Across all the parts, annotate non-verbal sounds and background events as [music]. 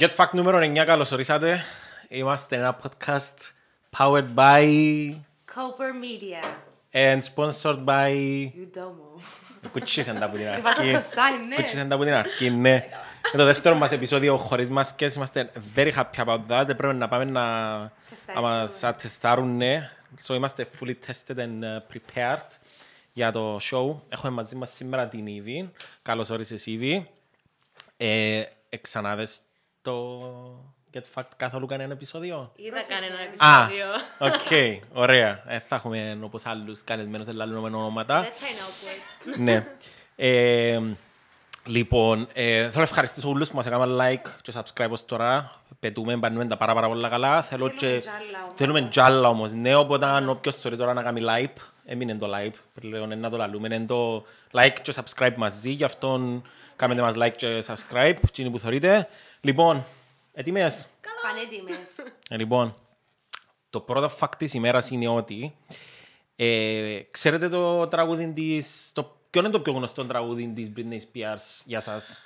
Get Fact νούμερο 9, καλώς ορίσατε. Είμαστε ένα podcast powered by Coper Media. and sponsored by... Udomo. Κουτσίσαν τα από την Είπα τα αρχή. σωστά, ναι. Κουτσίσαν τα από την αρχή, ναι. Είναι το δεύτερο μας επεισόδιο χωρίς μάσκες. Είμαστε very happy about that. Πρέπει να πάμε να να μας ατεστάρουν, ναι. So είμαστε fully tested and uh, prepared για το show. Έχουμε μαζί μας σήμερα την Ήβη. Καλώς όρισες Ήβη. Ε, εξανάδες το Get Fact καθόλου κανένα επεισόδιο. [laughs] Είδα κανένα Α, επεισόδιο. οκ, ωραία. Ε, θα έχουμε όπως άλλους καλεσμένους ελαλούμενα ονόματα. Δεν θα είναι awkward. ναι. Ε, λοιπόν, ε, θέλω να ευχαριστήσω όλους που μας έκαναν like και subscribe ως τώρα. Πετούμε, πανούμε τα πάρα πάρα πολλά καλά. Θέλω Θέλουμε και... τζάλα όμως. Θέλουμε τζάλα όμως. Ναι, οπότε αν όποιος θέλει τώρα να κάνει like, έμεινε το like. Πλέον είναι να το λαλούμε, είναι το like και subscribe μαζί. Γι' αυτόν κάνετε μας like και subscribe, εκείνοι που θεωρείτε. Λοιπόν, έτοιμες. Πανέτοιμες. Ε, Λοιπόν, το πρώτο fact της ημέρας είναι ότι ε, ξέρετε το τραγούδι της... Το, ποιο είναι το πιο γνωστό τραγούδι της Britney Spears για σας.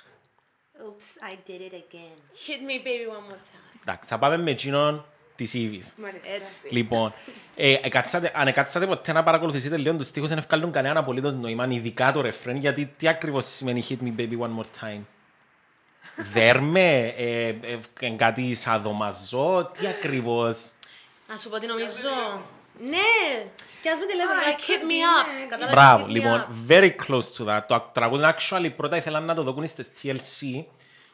Oops, I did it again. Hit me baby one more time. Εντάξει, θα πάμε με εκείνον της Ήβης. Μ' αρέσει. Έτσι. Λοιπόν, ε, εκάτσατε- αν εκάτσατε ποτέ να παρακολουθήσετε λίγο τους στίχους, δεν ευκάλλουν κανέναν απολύτως νόημα, ειδικά το ρεφρέν, γιατί τι ακριβώς σημαίνει «Hit me baby one more time». Δέρμε, ε, ε, ε, κάτι σαν δωμαζό, τι ακριβώς. Να σου πω τι νομίζω. Ναι! Πιάσ' με τηλέφωνο, Α, like, εκεί δηλαδή, hit me είναι. up. Κατάλαβες, Μπράβο, hit me λοιπόν, up. very close to that. Το τραγούδι, actually, πρώτα ήθελαν να το δοκούν στις TLC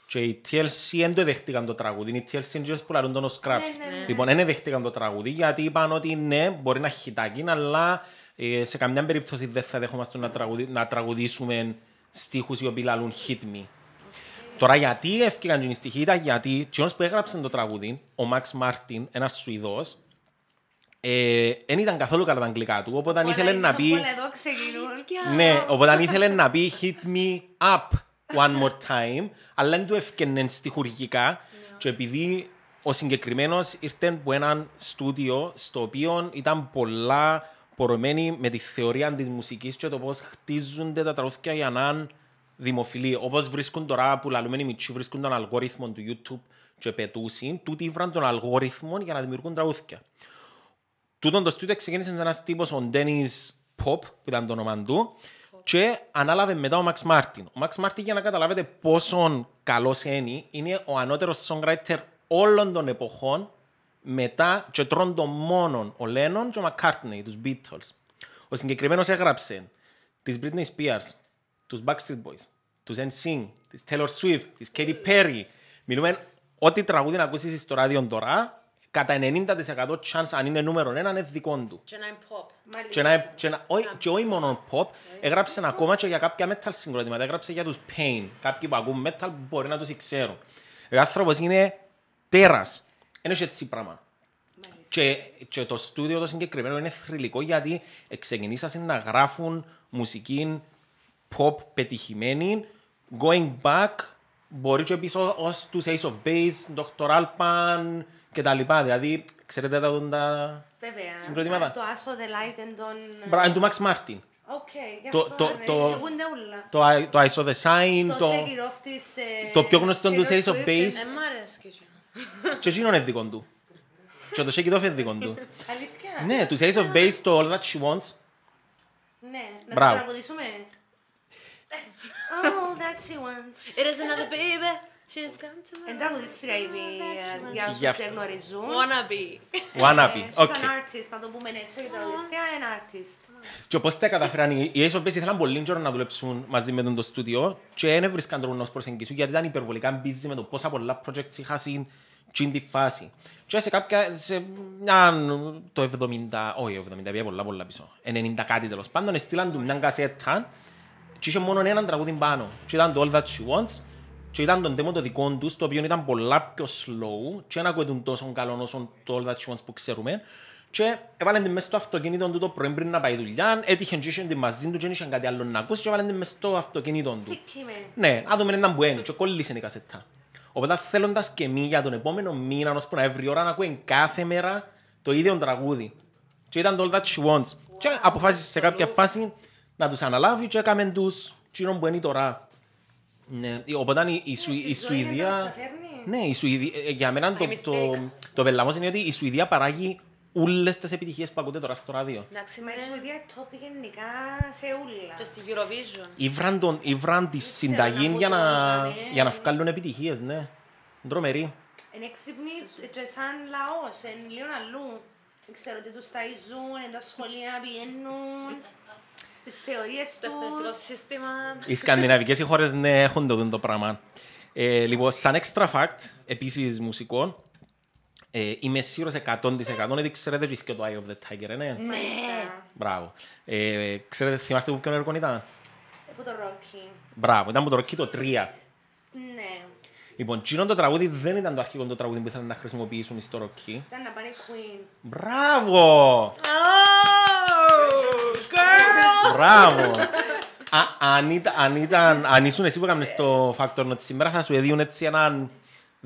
και οι TLC δεν το δέχτηκαν το τραγούδι. Είναι οι TLC είναι που λαρούν τον Ναι, ναι, Scraps. ναι. Λοιπόν, δεν δέχτηκαν το τραγούδι γιατί είπαν ότι ναι, μπορεί να χιτάκι, αλλά ε, σε καμιά περίπτωση δεν θα δεχόμαστε να, τραγουδι... να τραγουδήσουμε στίχους οι οποίοι λαλούν hit me. Τώρα γιατί έφυγαν την στοιχεία ήταν γιατί τσιόνος που έγραψε το τραγούδι, ο Μαξ Μάρτιν, ένας Σουηδός, ε, δεν ήταν καθόλου καλά τα αγγλικά του, οπότε αν Πολλά ήθελε να είναι, πει... πολλά Εδώ ξεκινούν. Ναι, οπότε αν ήθελε να πει hit me up one more time, αλλά δεν του ευκαινέν στιχουργικά και επειδή ο συγκεκριμένος ήρθε από έναν στούντιο στο οποίο ήταν πολλά πορωμένοι με τη θεωρία της μουσικής και το πώς χτίζονται τα τραγούδια για να είναι δημοφιλή. Όπως βρίσκουν τώρα που λαλούμε οι μητσοί, βρίσκουν τον αλγόριθμο του YouTube και πετούσιν, τούτοι βρουν τον αλγόριθμο για να δημιουργούν τραγούδια. Τούτον το στούντιο ξεκίνησε με ένας τύπος, ο Dennis Pop, που ήταν το όνομα του, και ανάλαβε μετά ο Max Martin. Ο Max Martin, για να καταλάβετε πόσον καλός είναι, είναι ο ανώτερος songwriter όλων των εποχών, μετά και τρών των μόνον ο Lennon και ο McCartney, τους Beatles. Ο συγκεκριμένος έγραψε τις Britney Spears, τους Backstreet Boys, τους NSYNC, τις Taylor Swift, τις Katy Perry. Μιλούμε ό,τι τραγούδι να ακούσεις στο ράδιο τώρα, κατά 90% chance αν είναι νούμερο ένα είναι δικό του. Και να είναι pop. Και, Μάλιστα. να, και, να, όχι- και όχι μόνο pop, έγραψε ακόμα και για κάποια metal συγκροτήματα, έγραψε για τους pain, κάποιοι που ακούν metal που μπορεί να τους ξέρουν. Ο άνθρωπος είναι τέρας, είναι έτσι πράγμα. Μάλιστα. Και, και το στούντιο το συγκεκριμένο είναι θρηλυκό γιατί ξεκινήσαν να γράφουν μουσική pop πετυχημένη, going back, μπορεί και πίσω ως τους Ace of Base, Dr. Alpan και τα λοιπά. Δηλαδή, ξέρετε τα... τα... Βέβαια. Συγκροτήματα. Το Aso the Light and τον... Μπρα- είναι του Max Martin. Οκ, γι' Το- αυτό το- ναι, το- εξηγούνται όλα. Το, I- το I Saw the Sign, Το το... Shake It Off της... ε, το πιο γνωστό του Taylor Ace of Swift, Base. Δεν Ε, μ' αρέσει και εκείνο. και εκείνο είναι δικό του. και το Shake It Off είναι δικό του. Αλήθεια. ναι, τους Ace of Base, το All That She Wants, Ναι, να το Μπράβο. τραγουδήσουμε. Oh, that she wants. It is another baby. She's come to Εν my τραγουδίστρια η That's Βία, what για Γι' όσους αυτό. δεν γνωρίζουν. wanna be. Wannabe. Ε, She's Okay. an artist, να το πούμε έτσι, η τραγουδίστρια είναι artist. Και πώς τα καταφέραν, οι οι Ace of Base ήθελαν πολύ καιρό να δουλέψουν μαζί με τον το στούντιο και δεν έβρισκαν τρόπο να τους προσεγγίσουν γιατί ήταν υπερβολικά busy με το πόσα πολλά projects είχα στην τσιν τη φάση. Και σε κάποια, σε μια, το 70, όχι 70, πήγε πολλά πολλά πίσω, 90 κάτι τέλος πάντων, στείλαν του μια κασέτα και είχε μόνο έναν τραγούδι πάνω. Και ήταν το All That She Wants και ήταν τον τέμο το δικό τους, το οποίο ήταν πολλά πιο slow και δεν ακούγεται τόσο καλό όσο το All That She Wants που ξέρουμε. Και έβαλαν την μέσα στο αυτοκίνητο του το πρωί πριν να πάει δουλειά, έτυχε και είχε την μαζί του και δεν είχε κάτι άλλο να ακούσει και έβαλαν την μέσα στο αυτοκίνητο του. Σίκη με. Ναι, να δούμε έναν που είναι και κόλλησε η κασέτα. Οπότε θέλοντας και μη για τον επόμενο μήνα, ώσπου να έβρει ώρα να ακούει κάθε μέρα το ίδιο τραγούδι. Και ήταν το All That She Wants. Και αποφάσισε σε κάποια φάση να τους αναλάβει και έκαμε τους τσίνον που είναι τώρα. Ναι, οπότε η, η, Σου- η Ε, Στη ζωή δεν τα Σουηδία... καταφέρνει. Ναι, η Σουηδία, ε, για μένα το, mistake. το, το πελάμος είναι ότι η Σουηδία παράγει όλες τις επιτυχίες που ακούτε τώρα στο ράδιο. Εντάξει, Μα η ναι. Σουηδία είναι top γενικά σε ούλα. Και στη Eurovision. Ήβραν, τον, ήβραν τη ξέρω συνταγή να για πω να, τίποτα, ναι. για να βγάλουν επιτυχίες, ναι. Ντρομερή. Είναι έξυπνοι και σαν λαός, είναι λίγο αλλού. Δεν Ξέρω τι τους ταΐζουν, εν τα σχολεία πηγαίνουν, τις θεωρίες Το εκπαιδευτικό τους. σύστημα. Οι σκανδιναβικές οι χώρες ναι, έχουν το, το πράγμα. Ε, λοιπόν, σαν extra fact, επίσης μουσικό, ε, είμαι σίγουρος 100% ότι ξέρετε και το Eye of the Tiger, ναι. Μάλιστα. Μπράβο. Ε, ξέρετε, θυμάστε που ποιον έργο ήταν. Από το Rocky. Μπράβο, ήταν από το Ροκί το 3. Ναι. Λοιπόν, τσίνον το τραγούδι δεν ήταν το αρχικό το τραγούδι που ήθελαν να χρησιμοποιήσουν στο Ροκί. Ήταν να πάνε Queen. Μπράβο! Oh, girl! Μπράβο! Α, αν, ήταν, αν, ήταν, αν ήσουν εσύ που έκανες το Factor Not σήμερα θα σου έδιουν έτσι έναν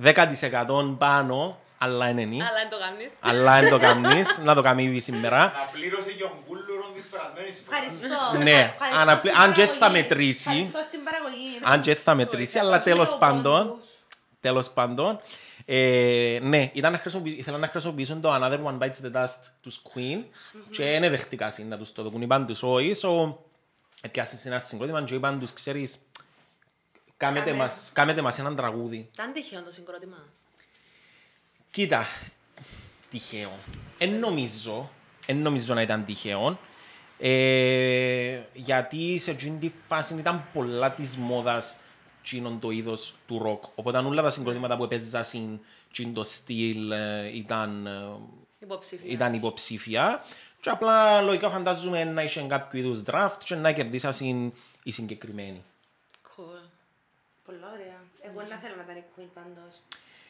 10% πάνω, αλλά είναι νι. Αλλά δεν το κάνεις. Αλλά αν το κάνεις, να το κάνεις σήμερα. Να πλήρωσε για τον κούλουρο της περασμένης φοράς. Ευχαριστώ. Ναι, Ευχαριστώ αναπλη- στην αν και θα παραγωγή. μετρήσει. Ευχαριστώ στην παραγωγή. Αν και θα μετρήσει, αλλά τέλος Λίγο πάντων. πόντους. Τέλος πάντων. Ε, ναι, ήταν να χρησιμοποιη- ήθελαν να χρησιμοποιήσουν το Another One Bites the Dust τους Queen και είναι δεχτικά συν να τους το δοκούν. Είπαν τους όχι, so έπιασαν σε ένα συγκρότημα και είπαν τους, ξέρεις, κάμετε Κάμε. μας, κάμετε μας έναν τραγούδι. Ήταν τυχαίο το συγκρότημα. Κοίτα, τυχαίο. Εν νομίζω, εν νομίζω να ήταν τυχαίο. Ε, γιατί σε εκείνη τη φάση ήταν πολλά της μόδας εκείνον το είδος του ροκ. Οπότε όλα τα συγκροτήματα που έπαιζα συν εκείνο το στυλ ε, ήταν, ε, Υποψηφία. ήταν υποψήφια. Και απλά λογικά φαντάζομαι να είχε κάποιο είδους draft και να κερδίσασαν οι συγκεκριμένοι. Cool. Πολύ ωραία. Εγώ να θέλω να ήταν η Queen πάντως.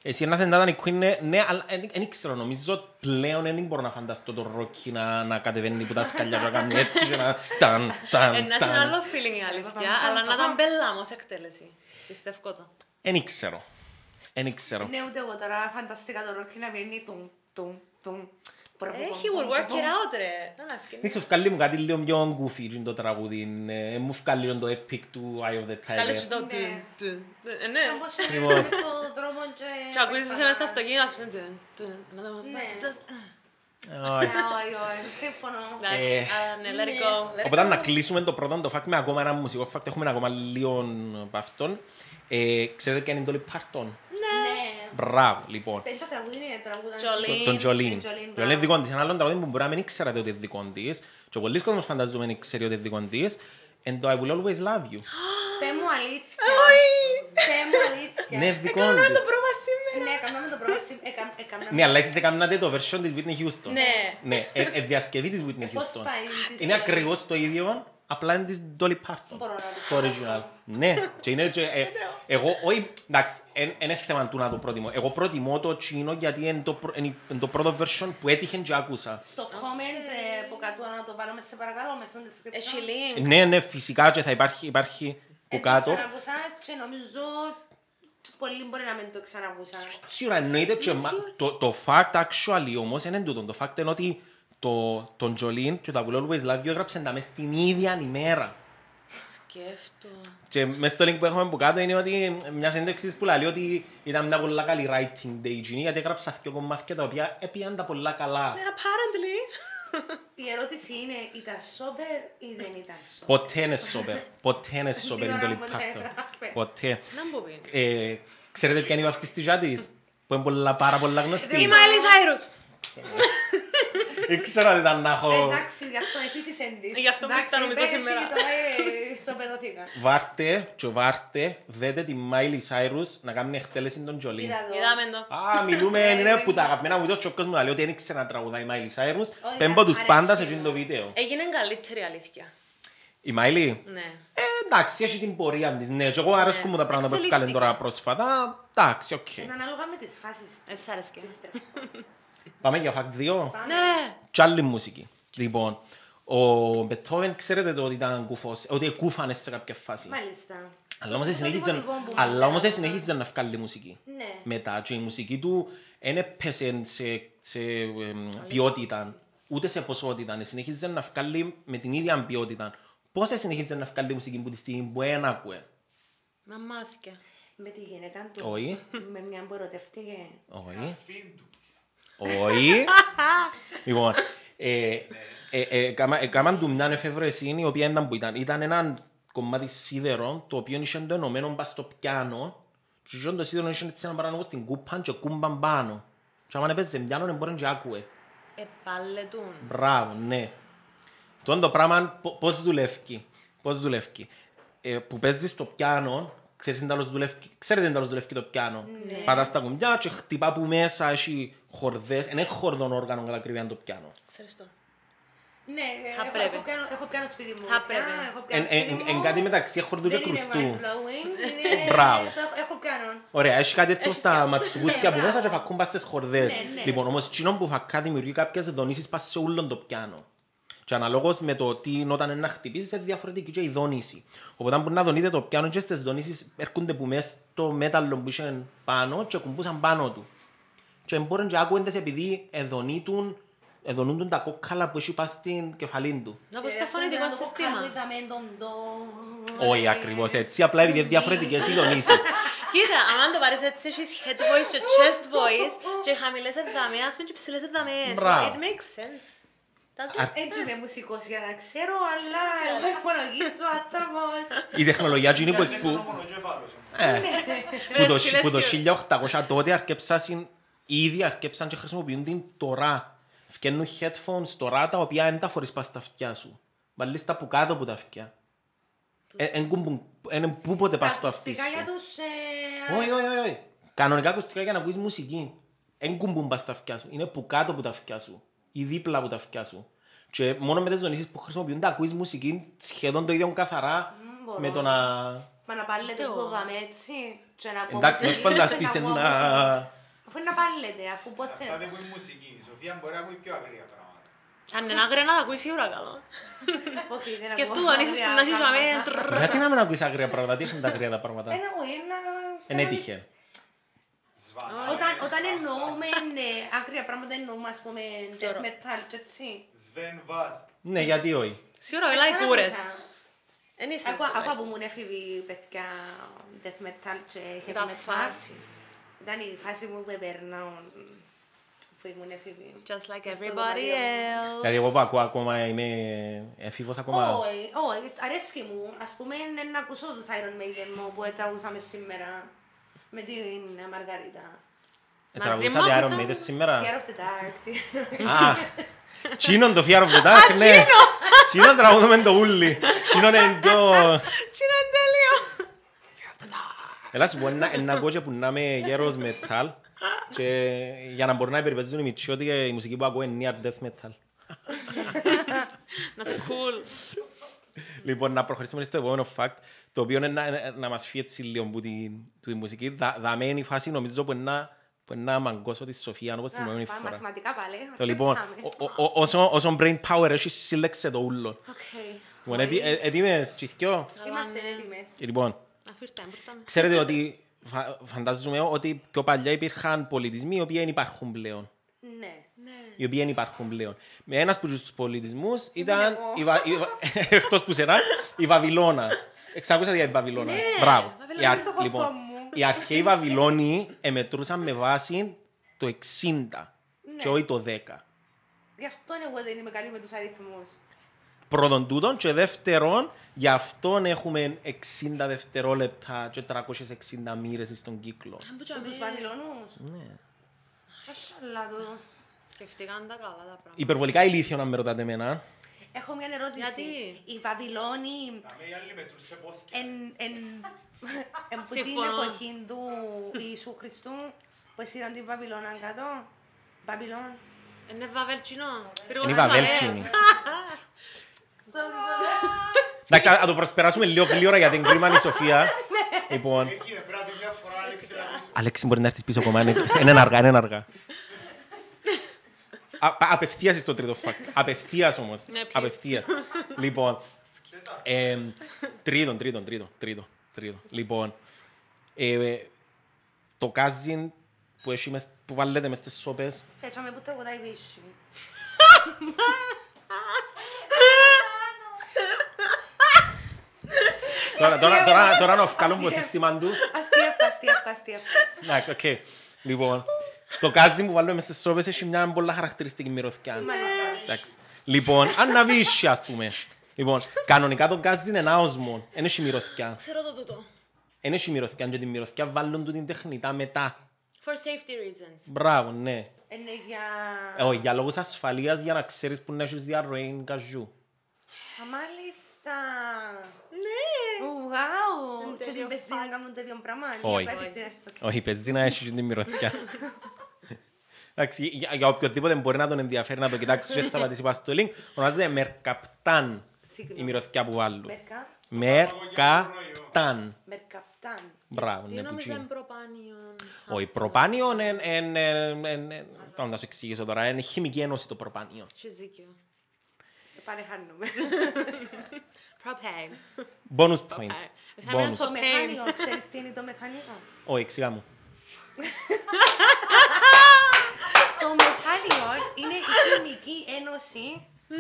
Εσύ ένα δεν ήταν η Queen, ναι, ναι, αλλά δεν δεν ξέρω, νομίζω πλέον δεν μπορώ να φανταστώ το Rocky να, να κατεβαίνει που τα σκαλιά και να κάνει έτσι και να ταν, ταν, Ε, Ένα είναι ταν. άλλο feeling η αλήθεια, Παπα- αλλά να ήταν παπα- μπέλα όμως εκτέλεση. Πιστεύω το. Δεν ξέρω, δεν ξέρω. Ναι, ούτε εγώ τώρα φανταστικά το Rocky να βγαίνει τουμ, τουμ, τουμ. Έχει Ε, will work it out ρε. Να Δεν αναφκίνει. ξέρω, βγάλει μου κάτι λίγο πιο goofy είναι το τραγούδι, ε, μου βγάλει λίγο το epic του Eye of the Καλή Tiger. σου το. Ναι. Ε, Ναι. Σαν πως είναι Λοιπόν. στον δρόμο και... Και ακούσεις μέσα στο αυτοκίνητο ας πούμε. τουν, τουν, another one Ναι. bites the dust. Όχι. Ναι, όχι, όχι, συμφωνώ. Ε. Εντάξει, α, ναι, let it go. let it Οπότε go. να κλείσουμε το πρώτο το fact με ακόμα ένα μουσικό fact, έχουμε ακόμα λίγο από αυτόν. Ε, Ξέρετε ποια είναι το Λιπάρτον. Ναι. Μπράβο, λοιπόν. Πες το τραγούδι είναι τραγούδα. Jolene. Το- τον Τζολίν. Την Τζολίν, Τζολίν είναι μπράβο. δικό της. Ένα άλλο τραγούδι που μπορεί να μην ήξερατε ότι είναι δικό της και πολλοί κόσμος φανταζόμενοι ξέρει ότι είναι δικό της είναι το I will always love [gasps] you. Πες μου αλήθεια. Όχι. Πες μου αλήθεια. Ναι, δικό Έκαναμε το της. πρόβα σήμερα. Ναι, έκαναμε το πρόβλημα. συμ- έκανα- έκαναμε- Ναι, αλλά εσείς έκανατε το version της Whitney Houston. Ναι. Ναι, ε, ε, διασκευή της Whitney Ε, πώς Houston. πάει της- Είναι ακριβώς το ίδιο, απλά είναι της Dolly Parton. Μπορώ να Το το original. Ναι, και είναι και, ε, εγώ, όχι, εντάξει, είναι θέμα του να το προτιμώ. Εγώ προτιμώ το τσίνο γιατί είναι το, πρω- είναι το πρώτο version που έτυχε και άκουσα. Στο comment ε, που κάτω να το βάλουμε σε παρακαλώ μέσα στο description. Έχει link. Ναι, ναι, φυσικά και θα υπάρχει, υπάρχει που Εν το κάτω. ξανακούσα και νομίζω πολλοί μπορεί να μην το ξανακούσαν. Σίγουρα εννοείται και μα- το, το fact actually όμως είναι τούτο. Το fact είναι ότι το, τον Τζολίν και το I Will Always Love You έγραψαν τα μες την ίδια ημέρα. Σκέφτομαι. Και μες στο link που έχουμε από κάτω είναι ότι μια συνέντευξη της που λέει ότι ήταν μια πολλά καλή writing day εκείνη, γιατί έγραψα δύο κομμάτια τα οποία έπιαν τα πολλά καλά. Ναι, apparently. Η ερώτηση είναι, ήταν sober ή δεν ήταν sober. Ποτέ είναι σόπερ. Ποτέ [laughs] είναι σόπερ είναι το ώρα Lip που τα έγραφε. Parton. Ποτέ. Να μου πεις. Ε, Ξέρετε ποια είναι η βαφτιστή της, που είναι πολλά- πάρα πολλά γνωστή. Είμαι Miley Cyrus. Δεν Ε, ξέρω αν ήταν να έχω... Ε, Εντάξει, γι' αυτό εφήσεις εντύς. Γι' αυτό που Εντάξει, ήταν νομίζω πέρυσι σήμερα. το, ε, [laughs] σοπεδωθήκα. Βάρτε και βάρτε, δέτε τη Miley Cyrus να κάνει εκτέλεση των Τζολίν. Είδα το. Είδαμε το. Α, μιλούμε, Ε, είναι ε, που τα αγαπημένα μου τόσο κόσμος να λέει ότι δεν ήξερα να τραγουδάει η Miley Cyrus. Όχι, Πέμπω τους αρέσει πάντας σε μου. εκείνο το βίντεο. Έγινε καλύτερη αλήθεια. Η Miley, Ναι. ε, εντάξει, έχει την πορεία της, ναι. Και εγώ αρέσκω μου τα πράγματα που έφκαλε Εξελίχθηκε. τώρα πρόσφατα. Εντάξει, οκ. Είναι Ε, ανάλογα με τις φάσεις της. Ε, σ' άρεσκε. Πίστευα. Πάμε για fact 2. Ναι. Κι άλλη μουσική. Λοιπόν, ο Μπετόβεν ξέρετε το ότι ήταν κουφός, ότι εκούφανε σε κάποια φάση. Μάλιστα. Αλλά όμως συνέχιζε, δημοτικό που αλλά μας όμως έκανε. συνέχιζε να βγάλει μουσική. Ναι. μετά και η μουσική του δεν έπεσε σε, σε εμ, ποιότητα, ούτε σε ποσότητα. Συνεχίζε να βγάλει με την ίδια ε, ποιότητα. Πόσα συνεχίζε να βγάλει μουσική που τη στιγμή που δεν άκουε. Να μάθηκε. Με τη γυναίκα του. Όχι. Με μια που ερωτεύτηκε. Όχι. Αφήν του. Όχι. λοιπόν, ε, ε, ε, κάμα- ε, κάμαν του μια εφευρεσίνη, η οποία ήταν που ήταν. Ήταν ένα κομμάτι σίδερο, το οποίο είχε το ενωμένο μπας στο πιάνο. Και είχε το σίδερο είχε έτσι ένα παράνομο στην κούπα και κούμπαν πάνω. Και άμα έπαιζε πιάνο, δεν μπορεί να άκουε. Ε, Επαλαιτούν. Μπράβο, ναι. Τον το πράγμα πο- πώς δουλεύει. Πώς δουλεύει. Ε, που παίζεις το πιάνο, ξέρεις τι άλλος δουλεύει, ξέρετε τι άλλος δουλεύει το πιάνο. Ναι. Πατάς τα κουμπιά και χτυπά που μέσα έχει χορδές. Είναι χορδόν όργανο κατά κρύβεια το πιάνο. Ξέρεις το. Ναι, ε, Θα έχω, πρέπει. έχω, πιάνο, έχω πιάνο σπίτι μου. Θα πια, πρέπει. Έχω Εν, πιάνο εν, σπίτι εν, μου. εν κάτι μεταξύ χορδού και Δεν είναι κρουστού. [laughs] mind-blowing. είναι- Μπράβο. το- Έχω πιάνο. Ωραία, έχεις κάτι έτσι Έχεις όπως τα δίκιο. ματσουκούθια Ναι, που μπράβο. μέσα και φακούν πας στις χορδές. Ναι, ναι. Λοιπόν, όμως εκείνο που φακά δημιουργεί κάποιες δονήσεις πας σε όλον το πιάνο. Και αναλόγως με το τι όταν είναι να χτυπήσεις, είναι διαφορετική και η δόνηση. Οπότε αν μπορεί να δονείται το πιάνο και στις δονήσεις έρχονται που μέσα στο μέταλλο που είχε πάνω και κουμπούσαν πάνω του. Και μπορεί να ακούγονται επειδή εδονείτουν, εδονούντουν τα κόκκαλα που έχει πας στην κεφαλή του. Ε, Να πω στο φωνητικό σύστημα. Όχι ακριβώς έτσι, απλά επειδή είναι διαφορετικές οι [laughs] δονήσεις. Κοίτα, αν το πάρεις έτσι, έχεις head voice και chest voice και χαμηλές ενδαμές, ας πούμε, και ψηλές ενδαμές. Μπράβο. It makes sense. Does Α- it? Έτσι είμαι μουσικός για να ξέρω, αλλά εγώ υπολογίζω άνθρωπος. Η τεχνολογία εκείνη που- Ήταν που, ο μονοκέφαλος. Ναι. Ε, που το- Ρε, που το σιλέσιο. 1800 τότε αρκέψαν, ήδη αρκέψαν και χρησιμοποιούν την τώρα. Φκένουν headphones τώρα τα οποία δεν τα φορείς πας στα αυτιά σου. Βάλεις τα που κάτω από τα αυτιά. Ε, Εν πού ποτέ πας στο Τα αυτί σου. ακουστικά για τους... ε, Όχι, όχι, όχι, όχι. Κανονικά ακουστικά για να ακούεις μουσική. Εν κουμπούν πας στα αυτιά σου. Είναι που κάτω από τα αυτιά σου. Ή δίπλα από τα αυτιά σου. Και μόνο με τις δονήσεις που χρησιμοποιούν τα ακούεις μουσική σχεδόν το ίδιο καθαρά Μμ, μπορώ. με το να... Μα να πάλετε Το. που δάμε έτσι. και να πω Εντάξει, ότι- μες φανταστείς να πω ένα... Αφού είναι να πάλετε, αφού Αυτά ποτέ. που είναι μουσική. Η Σοφία μπορεί να ακούει πιο αγρία πράγματα. Αν είναι άγρια να τα ακούεις σίγουρα καλό. Όχι, δεν Σκεφτούν, ακούω αν είσαι άγρια πριν να έχεις πράγματα. γραμμή, τρρρ. Γιατί να μην ακούεις άγρια πράγματα, τι έχουν τα άγρια τα Ε, πράγματα. Ε, ναι, Ένα όχι, ένα... Εν έτυχε. Σβανάρες, Όταν, όταν αυτά. εννοούμε ναι, άγρια πράγματα εννοούμε ας πούμε death Τώρα. metal και έτσι. Σβεν Βαθ. Ναι, γιατί όχι. Σίγουρα Δεν μιλάει ξέρω κούρες. ακούσα. Εν είσαι Ακούω κούρα. ακούω που μου έφηβη παιδιά death metal και heavy Τα metal. φάση. Ήταν η φάση μου που επέρναω που ήμουν έφηβη. Just like στο everybody δωμάτιο μου. else. Δηλαδή εγώ που [laughs] ακούω ακόμα είμαι εφήβος ακόμα. ε, Όχι, όχι, ε, αρέσκει μου. Ας πούμε είναι να ακούσω τους Iron Maiden μου που τραγούσαμε σήμερα με την ε, Μαργαρίτα. Ε, Μαζί Τραγουδούσατε μου Iron άκουσα- Maiden σήμερα. Fear of the Dark. τι εννοείς. Α, τσίνον το Fear of the Dark, ναι. Τσίνον τραγουδούμε το ούλι. Τσίνον είναι το... Τι είναι τέλειο. Έλα σου πω, ένα- ένα ακούω και που να είμαι γέρος metal και για να μπορούν να υπερπαιδεύσουν οι μητσοί ότι η μουσική που ακούω είναι near death metal. Να είσαι cool. Λοιπόν, να προχωρήσουμε στο επόμενο fact, το οποίο είναι να, να μας φύγει έτσι λίγο που την, που την μουσική. Δα, δαμένη φάση νομίζω που είναι να, που είναι να μαγκώσω τη Σοφία όπως την Αχ, προηγούμενη πάμε φορά. Μαθηματικά πάλι. Το λοιπόν, χτέψαμε. ο- ο- ο- όσο, όσο brain power έχεις, σύλλεξε το ούλο. Οκ. Λοιπόν, έτι- ε- έτοιμες, τσιθκιό. Είμαστε Καλά, ναι. έτοιμες. Λοιπόν, Αφήρτα, μπροστάμε. ξέρετε ότι φα- φαντάζομαι ότι πιο παλιά υπήρχαν πολιτισμοί οι οποίοι δεν υπάρχουν πλέον. Ναι. οι οποίοι δεν υπάρχουν πλέον. Με ένας από τους πολιτισμούς ήταν, εγώ. η Βα... η Βα- [laughs] εκτός που σένα, η Βαβυλώνα. Εξάκουσα για η Βαβυλώνα. Μπράβο. Οι Ναι, Βαβυλώνα αρ- είναι το χορτό Λοιπόν, μου. οι [laughs] αρχαίοι Βαβυλώνοι εμετρούσαν με βάση το 60 Ναι. και όχι το 10. Γι' αυτό εγώ δεν είμαι καλή με τους αριθμούς. Πρώτον τούτον και δεύτερον, γι' αυτόν έχουμε 60 δευτερόλεπτα και 360 μοίρες στον κύκλο. Αν Του- Τους Βαβυλωνούς. Ναι. Ασχαλά τους. Σκεφτήκαν τα καλά τα πράγματα. Υπερβολικά ηλίθιο να με ρωτάτε εμένα. Έχω μια ερώτηση. Γιατί? Οι Βαβυλώνοι Τα με οι άλλοι μετρούσε πόθηκε. εν, εν, [laughs] εν που την Συμφωνώ. εποχή του Ιησού Χριστού που έσυραν την Βαβυλώνα κάτω. Βαβυλών. Είναι βαβελτσινό. Είναι η [laughs] Βαβέλκινη. Εντάξει, να το προσπεράσουμε λίγο γλύωρα γιατί εγκρίμανε η Σοφία. Λοιπόν, Έγινε πρέπει μια φορά Άλεξε να πεις Αλέξη μπορεί να έρθεις πίσω ακόμα, είναι είναι αργά, είναι αργά. Α- α- Απευθείας στο τρίτο φακ. Απευθείας όμως. Ναι, please. Απευθείας. Λοιπόν, «Και τα». εμ, τρίτον, τρίτον, τρίτον, τρίτον, τρίτον. Λοιπόν, ε, το κάζιν που, έχει μες- που βάλετε μες στις σόπες, Θέτσαμε που τραγουδάει Βίσχυ. τώρα, τώρα, τώρα, τώρα να βγάλουν το σύστημα τους. Ας τι έπας podcast για [laughs] αυτό. Εντάξει, οκ. Λοιπόν, το κάζι που βάλουμε μέσα στις σόπες έχει μια πολύ χαρακτηριστική μυρωδιά. Ναι. Μάλιστα. Εντάξει. Λοιπόν, αναβίσια ας πούμε. Λοιπόν, κανονικά το κάζι είναι ένα όσμο. Ένα έχει μυρωδιά. Ξέρω το τούτο. Ένα έχει μυρωδιά και τη μυρωδιά βάλουν του την τεχνητά μετά. For safety reasons. Μπράβο, ναι. Είναι για... Ε, όχι, για λόγους ασφαλείας για να ξέρεις που να έχεις διαρροή καζιού. Α, Μάλιστα. Ναι. Ουάου. Είναι Και την τέτοιο πεζίνα να κάνουν τέτοιο πράγμα. Όχι. Για κάτι Όχι. τέτοιο. Όχι, παίζει να έχει την μυρωδιά. Εντάξει, για, για οποιοδήποτε μπορεί να τον ενδιαφέρει να το κοιτάξει, έτσι θα πατήσει πάνω στο link. Ονομάζεται Μερκαπτάν η Συγγνώμη. μυρωδιά που βάλουν. Μερκα. Μερκαπτάν. Μερκαπτάν. Μπράβο, Τι ναι, που νόμιζα είναι τσιν. προπάνιον. Όχι, προπάνιο είναι. Τώρα να σου εξηγήσω τώρα. Είναι χημική ένωση το προπάνιο. Έχεις δίκιο. Πάνε χάνουμε. Propane. Bonus point. Ε, Θα με Bonus. Το ασχολεί- μεθάνιο, ξέρεις τι είναι το μεθάνιο. Όχι, εξηγά μου. Το μεθάνιο είναι η χημική ένωση,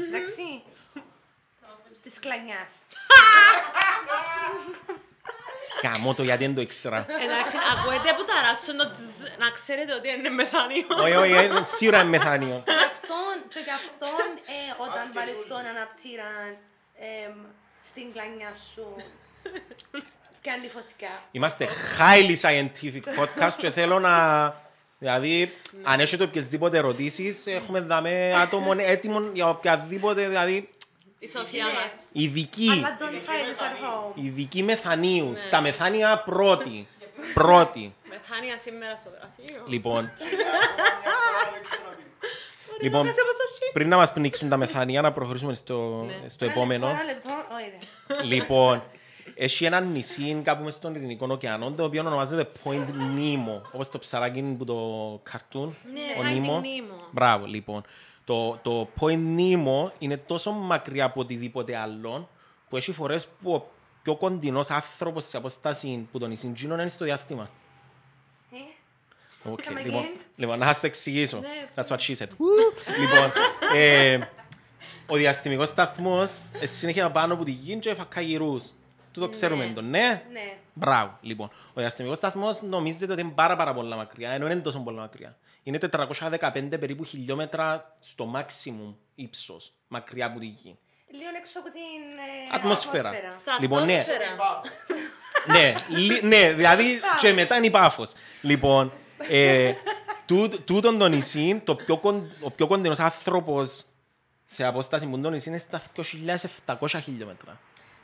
εντάξει, της κλανιάς. Καμώ το γιατί δεν το ήξερα. Εντάξει, ακούετε από τα ράσον το τζ, να ξέρετε ότι είναι μεθάνιο. Όχι, όχι, ε, σίγουρα είναι μεθάνιο. Γι' αυτόν, και γι' αυτόν ε, όταν Άσκες βάλεις όλοι. τον αναπτήρα εμ, στην κλανιά σου, κάνει φωτιά. Είμαστε highly scientific podcast και θέλω να... Δηλαδή, αν έχετε οποιασδήποτε ερωτήσεις, έχουμε δαμε άτομο έτοιμο για οποιαδήποτε, δηλαδή, Η σοφία Ναι. μας. ειδική, Αλλά don't try this at home. ειδική μεθανίου, Ναι. στα μεθάνια πρώτη, πρώτη. Μεθάνια σήμερα στο γραφείο. Λοιπόν, Μια φορά δεν ξαναπεί. Sorry, λοιπόν, να χάσαμε στο shit. πριν να μας πνίξουν τα μεθάνια, να προχωρήσουμε στο, Ναι. στο επόμενο. Ένα λεπτό, ένα λεπτό, όχι ρε. λοιπόν, έχει ένα νησί κάπου μες στον Ειρηνικό ωκεανό, το οποίο ονομάζεται Point Nemo, όπως το ψαράκι που το καρτούν, Ναι, ο Finding Nemo. Nemo. Μπράβο, λοιπόν. Το, το Point Nemo είναι τόσο μακριά από οτιδήποτε άλλο, που έχει φορές που ο πιο κοντινός άνθρωπος σε αποστάση που τον εισηγήνων είναι στο διάστημα. Ε, Οκ, Come λοιπόν, again? λοιπόν, να σας το εξηγήσω. Ναι. That's what she said. λοιπόν, ε, ο διαστημικός σταθμός ε, συνέχεια πάνω από τη γη και φακά γυρούς. Του το ξέρουμε το, ναι. Ναι. Μπράβο, λοιπόν. Ο διαστημικός σταθμός νομίζεται ότι είναι πάρα πάρα πολλά μακριά, ενώ δεν είναι τόσο πολύ μακριά. Είναι 415 περίπου χιλιόμετρα στο maximum ύψος, μακριά από τη γη. Λίγο έξω από την ε, Ατμόσφαιρα. Στρατόσφαιρα. Λοιπόν, ναι. Ε, μπα. ναι, λι- ναι, δηλαδή και μετά είναι η πάφος. Λοιπόν, ε, τούτο- τούτον το νησί, το πιο κον- ο πιο κοντινός άνθρωπος σε απόσταση που είναι το νησί είναι στα 2.700 χιλιόμετρα.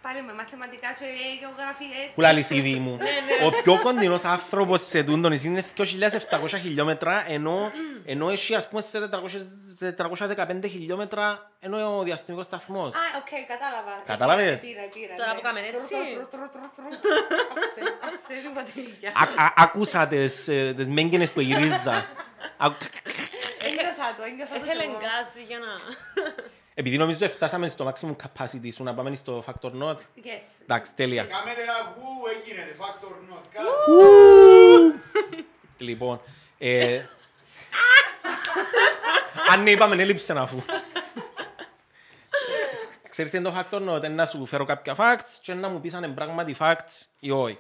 Πάλι με μαθηματικά και ε, γεωγραφία έτσι. Που λαλείς ήδη μου. Ο πιο κοντινός άνθρωπος σε τούτο νησί είναι 2.700 χιλιόμετρα, ενώ, ενώ έχει ας πούμε σε 400 415 χιλιόμετρα είναι ο διαστημικός σταθμός. Α, οκ, κατάλαβα. Κατάλαβες? Πήρα, πήρα. Τώρα ναι. που κάμεν Τρου, έτσι. τρου, τρου, τρου, τρου, τρου. [laughs] Άψε, άψε λίγο τα ηλιά. Α- α- Άκουσα τις, ε, τις μέγενες που γυρίζα. Ακ- Ένιωσα το, ένιωσα το. κι Έθελε εγώ. γκάζι για να... Επειδή νομίζω φτάσαμε στο maximum capacity σου να πάμε στο factor not. Yes. Εντάξει, τέλεια. Κάμετε ένα γου, έγινε, factor not. [laughs] Κάτι. Λοιπόν, ε... Αν ναι, είπαμε, έλειψε να αφού. Ξέρεις τι είναι το factor not, είναι να σου φέρω κάποια facts και να μου πεις αν είναι πράγματι facts ή όχι.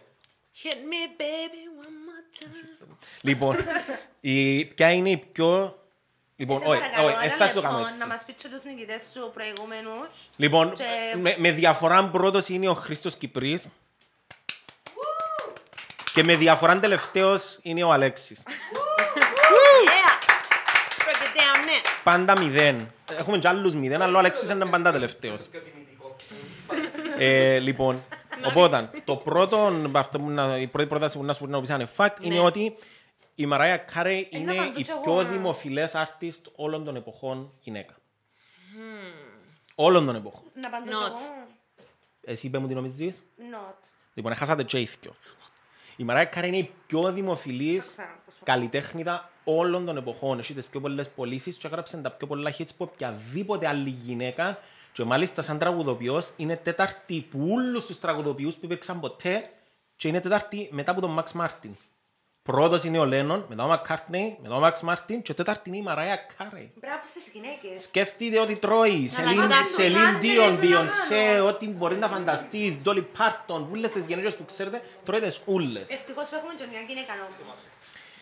Hit me baby one more time. Λοιπόν, η... ποια είναι η πιο... Λοιπόν, Σε όχι, παρακαλώ, όχι, ένα ε, θα σου το κάνω λεπτό έτσι. Να μας πείτε τους νικητές του προηγούμενους. Λοιπόν, Και- με, με διαφορά πρώτος είναι ο Χρήστος Κυπρής. Και με διαφορά τελευταίος είναι ο Αλέξης. Yeah. Πρόκειται αμνέ. Πάντα μηδέν. Έχουμε κι άλλους μηδέν, αλλά ο Αλέξης είναι πάντα τελευταίος. Πιο τιμητικό. Ε, λοιπόν, οπότε, το πρώτο, αυτό που να- η πρώτη πρόταση που να σου πει να πεις είναι fact, είναι ότι η Μαράια Κάρε είναι απαντώ η Ναι. κι εγώ, πιο α. δημοφιλές artist όλων των εποχών γυναίκα. Όλων των εποχών. Να απαντώ κι Not. εγώ. Εσύ είπε μου τι νομίζεις. Not. Λοιπόν, χάσατε τζέιθκιο. Η Μαράια Κάρε είναι η πιο δημοφιλής Ξέρω πώς σου- καλλιτέχνηδα όλων των εποχών. Έχει τις πιο πολλές πωλήσεις και έγραψε τα πιο πολλά hits από οποιαδήποτε άλλη γυναίκα και μάλιστα σαν τραγουδοποιός είναι τέταρτη που όλους τους τραγουδοποιούς που υπήρξαν ποτέ και είναι τέταρτη μετά από τον Max Martin. Πρώτος είναι ο Λένον, μετά ο Μακκάρτνεϊ, μετά ο Μαξ Μάρτιν και τέταρτη είναι η Μαράια Κάρι. Μπράβο στις γυναίκες. Σκέφτεται ότι τρώει αναγκάζουν τους Σελίν άντρες να Διον, κάνουν. Μπιονσέ, ό,τι μπορεί να φανταστείς, Ντόλι Πάρτον, ούλες τις γενέργειες που ξέρετε, τρώει τις ούλες. Ευτυχώς που έχουμε και μια γυναίκα όμως.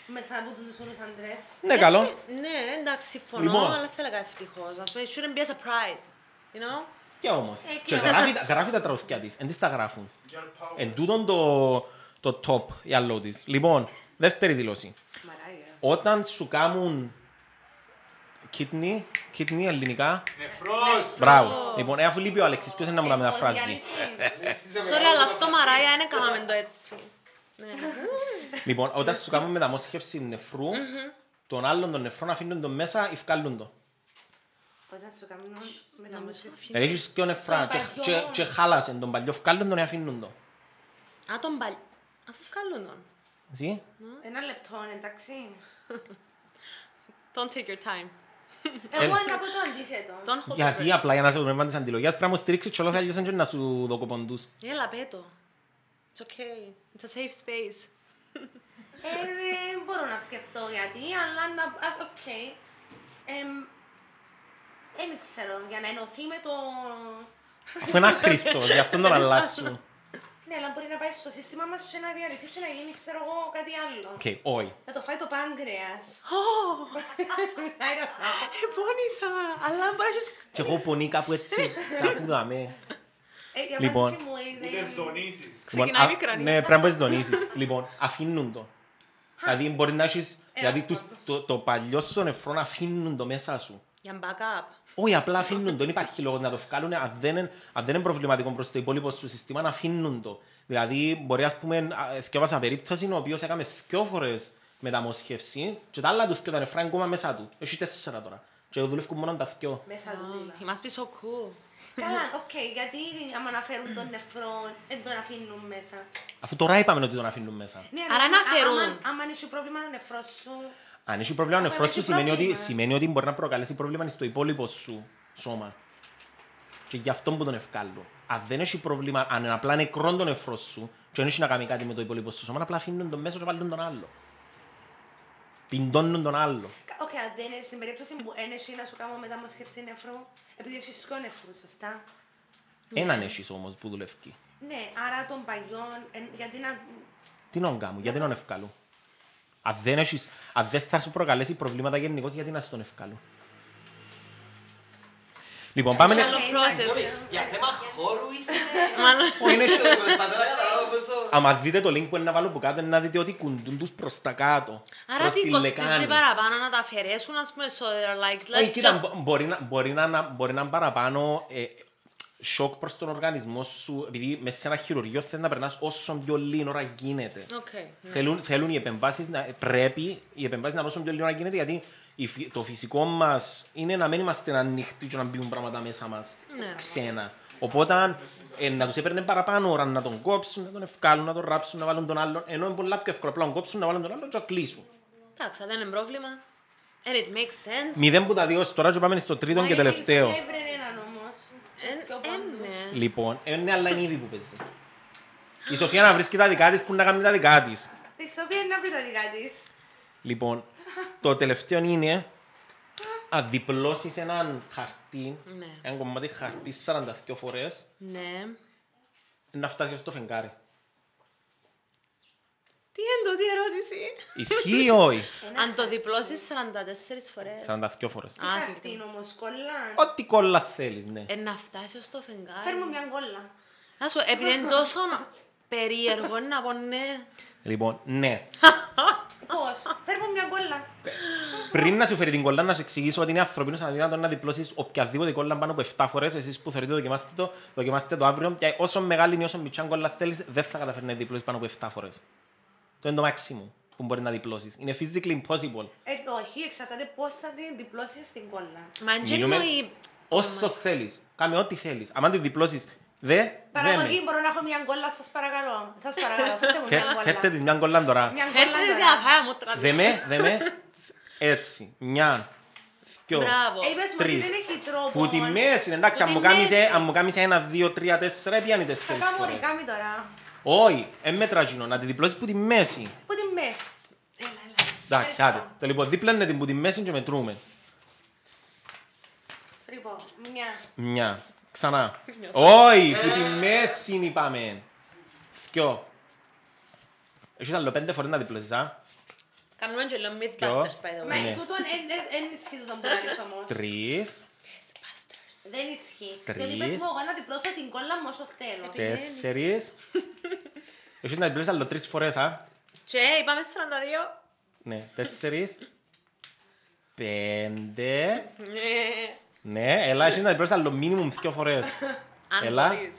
Μέσα από τους όλους αντρές. Ναι, καλό. Ναι, εντάξει, συμφωνώ, Λοιπόν. αλλά θα έλεγα ευτυχώς. Ας πούμε, it shouldn't be a surprise. You know? Και όμως. Ε, Και και- γράφει, τα- γράφει τα τραγουδιά της, εν τις τα γράφουν. Girl power. Εν τούτον το, το top η άλλο της. Λοιπόν, δεύτερη δηλώση. Μαράια. Όταν σου κάνουν kidney, kidney ελληνικά, Νεφρός. μπράβο. Λοιπόν, ε, αφού λείπει ο Αλέξης, ποιος είναι Ε, να μου τα μεταφράζει. Ναι. Λέξεις, ε, Sorry, μεγάλο, αλλά θα στο τα Μαράια δεν έκαναμε το έτσι. Ναι. Λοιπόν, όταν σου κάνουν μεταμόσχευση νεφρού, τον άλλον τον νεφρό να αφήνουν τον μέσα ή βγάλουν τον. Όταν σου κάνουν μεταμοσχευση. Δηλαδή έχεις και νεφρά Τον και- παλιό. και- και χάλασαν τον παλιό, βγάλουν τον ή αφήνουν τον. Α, τον παλιό. Αφού βγάλουν τον. Εσύ. Ένα λεπτό, εντάξει. Don't take your time. Ε, Εγώ είναι από το αντίθετο. Don't hold Γιατί over. απλά για να σε πνεύμα της αντιλογίας πρέπει να μου στηρίξεις και όλος αλλιώς δεν να σου δοκοποντούς. Έλα, πέτω. It's okay. It's a safe space. Ε, δεν μπορώ να σκεφτώ γιατί, αλλά να... α, Οκ. Εμ, Δεν ξέρω, για να ενωθεί με το... Αφού είναι αχρήστος, γι' αυτόν τον αλλάσουν. Ναι, αλλά μπορεί να πάει στο σύστημα μας και να διαλυθεί και να γίνει, ξέρω εγώ, κάτι άλλο. Οκ, όχι. Να το φάει το [laughs] πάγκρεας. I Oh, [laughs] don't know. επώνυσα. Αλλά μπορείς να έχεις... Και εγώ πονεί κάπου έτσι, κάπου δαμέ. Ε, η Λοιπόν. απάντηση μου πει. Ούτε είναι... στονίσεις. Ξεκινάει α- μικρανία. Ναι, πρέπει να μπορείς να δονήσεις. Λοιπόν, αφήνουν το. Δηλαδή μπορεί να έχεις, Ε, δηλαδή τους- το, το παλιό σου νεφρό να αφήνουν το μέσα σου. Για backup. Όχι, απλά αφήνουν το. Δεν υπάρχει λόγος να το βγάλουν. Αν δεν, είναι- αν δεν είναι προβληματικό προς το υπόλοιπο σου σύστημα, να αφήνουν το. Δηλαδή, μπορεί, ας πούμε, α, ε, θκιάβασα περίπτωση ο οποίος έκανε δυο φορές μεταμοσχεύση και τα άλλα τους και τα νεφρά είναι ακόμα μέσα του. Έχει τέσσερα τώρα. Και δουλεύουν μόνο τα δυο. Μέσα του Oh, όλα. He must be so cool. Καλά, οκ, γιατί άμα αναφέρουν τον νεφρό, δεν τον αφήνουν μέσα. Αφού τώρα είπαμε ότι τον αφήνουν μέσα. Ναι, Άρα άμα- αναφέρουν. άμα- Άμα έχει πρόβλημα ο νεφρός σου, Αν έχει πρόβλημα ο Αφού νεφρός σου, έχει σημαίνει ότι, πρόβλημα. σημαίνει ότι μπορεί να προκαλέσει πρόβλημα στο υπόλοιπο σου σώμα. Και γι' αυτόν που τον ευκάλλω. Αν δεν έχει πρόβλημα, αν είναι απλά νεκρόν τον νεφρός σου, και δεν έχει να κάνει κάτι με το υπόλοιπο σου σώμα, απλά αφήνουν τον μέσο και βάλουν τον άλλο. Πιντώνουν τον άλλο. Οκ, αν δεν είναι στην περίπτωση που ένεση να σου κάνω μεταμοσχεύση νεφρού, επειδή έχεις σκο νεφρούς, σωστά. Έναν έχεις όμως που δουλεύει. Ναι, άρα των παλιών, εν, γιατί να. Τι να κάνω, γιατί να τον ευκάλλω. Αν δεν, έχεις, αν δεν θα σου προκαλέσει προβλήματα γενικώς, γιατί να σου τον ευκάλλω. Λοιπόν, πάμε. να- Shallow process. ε. Για θέμα χώρου είσαι. Μάλλον. Όχι, είναι- Προσπαθώ να καταλάβω πόσο. Άμα δείτε το link που είναι να βάλω που κάτω, είναι να δείτε ότι κουντούν τους προς τα κάτω. Άρα προς τι τη κοστίζει λεκάνη. παραπάνω να τα αφαιρέσουν, ας πούμε, so they're like, Όχι, let's κοίτα, just... μπο- μπορεί, να, μπορεί, να, να- μπορεί να είναι παραπάνω ε, σοκ προς τον οργανισμό σου, επειδή μέσα σε ένα χειρουργείο θέλεις να περνάς όσο πιο λίγη ώρα γίνεται. Οκ. ναι. Θέλουν, θέλουν οι επεμβάσεις να, πρέπει οι επεμβάσεις να δώσουν πιο λίγο να γίνεται γιατί η φυ- το φυσικό μας είναι να μην είμαστε ανοιχτοί και να μπουν πράγματα μέσα μας Ναι. ξένα. Οπότε ε, να τους έπαιρνε παραπάνω ώρα να τον κόψουν, να τον ευκάλουν, να τον ράψουν, να βάλουν τον άλλον. Ενώ είναι πολλά πιο εύκολο απλά να τον κόψουν, να βάλουν τον άλλον και να κλείσουν. Εντάξει, δεν είναι πρόβλημα. And it makes sense. Μηδέν που τα δύο ως τώρα και πάμε στο τρίτο και τελευταίο. Έβρενε έναν όμω. Εν- εν, Ε, ναι. Λοιπόν, ε, είναι άλλα είναι ήδη που παίζει. Η Σοφία να βρίσκει τα δικά της που να κάνει τα δικά της. Η Σοφία είναι να βρει τα δικά της. Λοιπόν, το τελευταίο είναι να διπλώσεις έναν χαρτί, Ναι. ένα κομμάτι χαρτί 42 φορές, Ναι. να φτάσεις στο [laughs] φεγγάρι. Τι είναι τι ερώτηση. Ισχύει ή όχι. Αν το διπλώσεις 44 φορές. 42 φορές. Α, Α, συγγνώμη. την όμω κολλά. Ό,τι κόλλα θέλεις, ναι. Ε, να φτάσεις στο φεγγάρι. Φέρ μου μια κόλλα. Να σου, επειδή είναι τόσο περίεργο να πω ναι. Λοιπόν, ναι. Πώς, φέρ μου μια κόλλα. Πριν να σου φέρει την κολλά, να σου εξηγήσω ότι είναι ανθρωπίνο αδύνατο να διπλώσεις οποιαδήποτε κολλά πάνω από 7 φορές. Εσείς που θεωρείτε δοκιμάστε το, δοκιμάστε το αύριο. Και όσο μεγάλη ή όσο μικρή κολλά θέλεις, δεν θα καταφέρει να διπλώσεις πάνω από 7 φορές. Το είναι το maximum που μπορεί να διπλώσεις. Είναι physically impossible. Ε, όχι, εξαρτάται πώς θα την διπλώσεις την κόλλα. Μα εν Μιλούμε- γεννο η... Όσο θέλει, κάνε ό,τι θέλεις. Αν τη διπλώσεις, δε, δε με. Παραγωγή, μπορώ να έχω μια κόλλα, σας παρακαλώ. Σας παρακαλώ, φέρτε μου Φε- μια Φέρτε κόλλα. της μια κολλά τώρα. Μια κόλλα. Φέρτε σε τώρα. αφάια μου τραβή. Δε με, δε με. Έτσι. Μια, δυο, Μπράβο. Ε, Είπες μου ότι τρεις. δεν έχει τρόπο. Που τη μέση, εντάξει, Που αν τη μου κάνεις, ε, μέση. αν μου κάνεις ένα, δύο, τρία, τέσσερα, πιάνει Θα τέσσερις κάνω φορές. ρικάμι τώρα. Όχι, εν μέτρα γίνω, να τη διπλώσεις που τη μέση. Που τη μέση. Εντάξει, άντε. Το λοιπόν, δίπλανε την που τη μέση και μετρούμε. Λοιπόν, μια. Μια. Ξανά. Όχι, που τη μέση είπαμε. Θκιό. Έχεις άλλο πέντε φορές να διπλωζά. Κάνουμε και λέω Mythbusters, by the way. Ναι. Μα τούτον εν- εν- εν ισχύει τούτον που λαλείς όμως. Τρεις, Mythbusters. Δεν ισχύει. Τρεις. Διότι πες μου εγώ να διπλώσω την κόλλα μου όσο θέλω. [laughs] τέσσερις. Έχεις να διπλώσεις άλλο τρεις φορές, α. Και είπαμε 42. Ναι, τέσσερις. Πέντε. Ναι. Ναι, έλα, έχεις να διπλώσεις άλλο μίνιμουμ δυο φορές. Αν Έλα. μπορείς.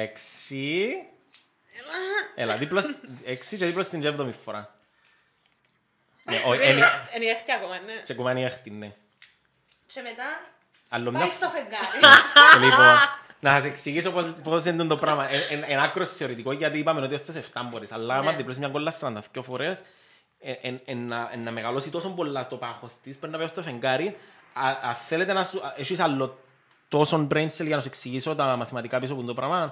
Έξι. Έλα, δίπλα σ- έξι και δίπλα στην εβδομή φορά. Ναι, όχι, ένι... Είναι η έκτη ακόμα, ναι. και κουμάνι έχτη, ναι. Και μετά Άλλο μια πάει στο φορά. [laughs] φεγγάρι. Λοιπόν, να σας εξηγήσω πώς, πώς είναι το πράγμα. Ε, εν- εν άκρος θεωρητικό, γιατί είπαμε ότι ως τις 7 μπορείς. Αλλά άμα Ναι. διπλώσεις μια κόλλα 42 φορές, ε, εν- εν να- εν να μεγαλώσει τόσο πολλά το πάχος της, πρέπει να πάει στο φεγγάρι. Α- Αν θέλετε να σου... Έχεις άλλο τόσο brain cell για να σου εξηγήσω τα μαθηματικά πίσω από το πράγμα.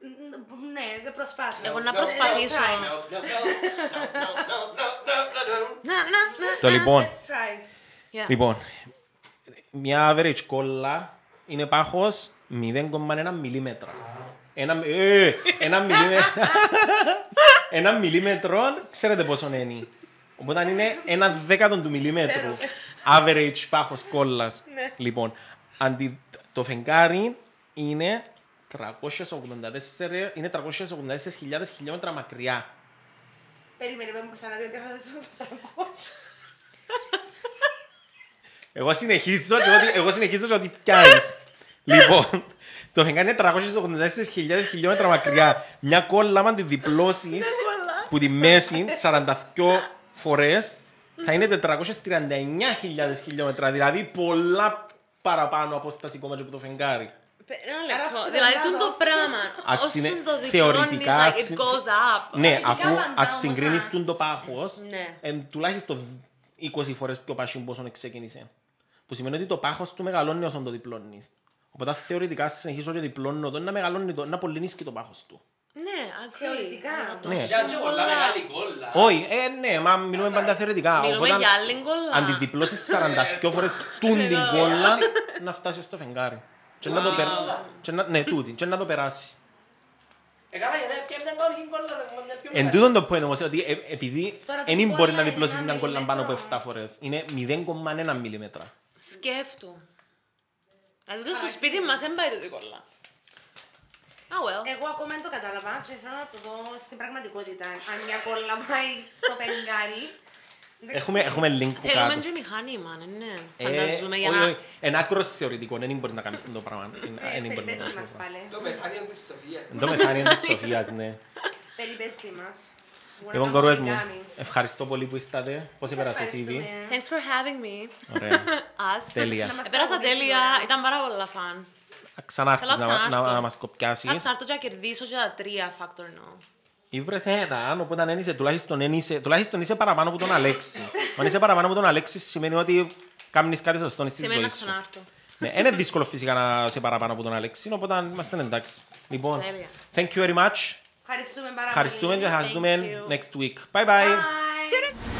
Ν- Ναι, δεν προσπάθησα. Εγώ να προσπαθήσω. Let's try. No, no, no, no, no, no, no, no, no. Να, να, να. Το λοιπόν. Let's try. Yeah. Λοιπόν, μια average κόλλα είναι πάχος 0,1 μιλίμετρα. Ένα, ε, ένα μιλίμετρο, ένα μιλίμετρο, ξέρετε πόσο είναι. Οπότε αν είναι ένα δέκατον του μιλίμετρου. average πάχος κόλλας. λοιπόν, αντί, το φεγγάρι είναι 384, είναι 384.000 χιλιόμετρα μακριά. Περίμενε, πες μου ξανά, διότι έχω δεσμό στο τραγούδι. Εγώ συνεχίζω και ότι, εγώ συνεχίζω και ότι πιάνεις. λοιπόν, το φεγγάρι είναι 384.000 χιλιόμετρα μακριά. Μια κόλλα, άμα τη διπλώσεις, που τη μέση 42 φορές, θα είναι 439.000 χιλιόμετρα. Δηλαδή πολλά παραπάνω απόσταση ακόμα και από το φεγγάρι. Ένα Άρα, λεπτό. Δηλαδή, ξέρω, τούτο μπράβο. πράγμα. Ας Όσον είναι- το δικαιώνεις, θεωρητικά, like, it συν- goes up. Ναι, ειδικά αφού πάντα ας όμως, συγκρίνεις α. τούν το πάχος, Ναι. εν, τουλάχιστον 20 φορές πιο πάσιν πόσο ξεκίνησε. Που σημαίνει ότι το πάχος του μεγαλώνει όσον το διπλώνεις. Οπότε θεωρητικά συνεχίζω και διπλώνω το να μεγαλώνει το, να πολυνίσκει το πάχος του. Ναι, agree. Θεωρητικά. Να το Ναι. Μια και πολλά σίγουρα. μεγάλη κόλλα. Όχι, ε, ναι, μα μιλούμε πάντα θεωρητικά. Μιλούμε Οπότε, για άλλη κόλλα. Αν τη διπλώσεις 42 [laughs] φορές τούν την κόλλα, να φτάσεις στο φεγγάρι. Και να το Wow. περάσει. Ναι, τούτη, και να το περάσει. Ε, καλά, γιατί πια μια μεγάλη κόλλα, ρε, μια πιο Εν μεγάλη. τούτον το point όμως, ότι ε- επειδή Τώρα την δεν μπορεί κόλλα να είναι διπλώσεις ένα μια κόλλα πάνω από μιλιμέτρο. 7 φορές. Είναι 0,1 μιλιμέτρα. Σκέφτου. Δηλαδή, στο σπίτι μας δεν πάει τούτη κόλλα. Ah, well. Ε, Εγώ ακόμα δεν το κατάλαβα και θέλω να το δω στην πραγματικότητα. Αν μια κόλλα πάει στο πενγκάρι. δεν Έχουμε, ξέρω. έχουμε link που Θέλουμε κάτω. και μηχάνημα, ναι, ναι. Ε, Φανταζούμε για όχι, να... όχι, Ένα άκρο θεωρητικό, δεν μπορείς να κάνεις το πράγμα. Ε, Ε, Δεν μπορείς να Περιπέζει κάνεις το μας πράγμα. πάλι. Το μεθάνιο της Σοφίας. Εν τω μεθάνει της Σοφίας, ναι. Περιπέζει μας. Μπορεί Λοιπόν, να κορούες κάνει μου, κάμι. ευχαριστώ πολύ που ήρθατε. Πώς Σας επέρασες ήδη. ευχαριστούμε. Thanks for having me. Ωραία. [laughs] Us. Τέλεια. μας Πέρασα τραγουδήσεις τέλεια, τώρα. ήταν πάρα πολλά fun. Ξανάρθεις Καλά, να, να, ξανάρθω. να μας κοπιάσεις. Θα έρθω και να κερδίσω και τα τρία factor no. Ήβρες έναν, οπότε αν είσαι, τουλάχιστον, εν είσαι, τουλάχιστον είσαι παραπάνω από τον [laughs] Αλέξη. Αν είσαι παραπάνω από τον Αλέξη σημαίνει ότι κάνεις κάτι σωστό στη Σημαίνει να ζωή σου. ξανάρθω. Ναι, είναι δύσκολο φυσικά να είσαι παραπάνω από τον Αλέξη, οπότε είμαστε εντάξει. Λοιπόν, Τέλεια. thank you very much. Ευχαριστούμε πάρα πολύ. Ευχαριστούμε και θα σας Thank δούμε you. next week. Bye bye. Bye.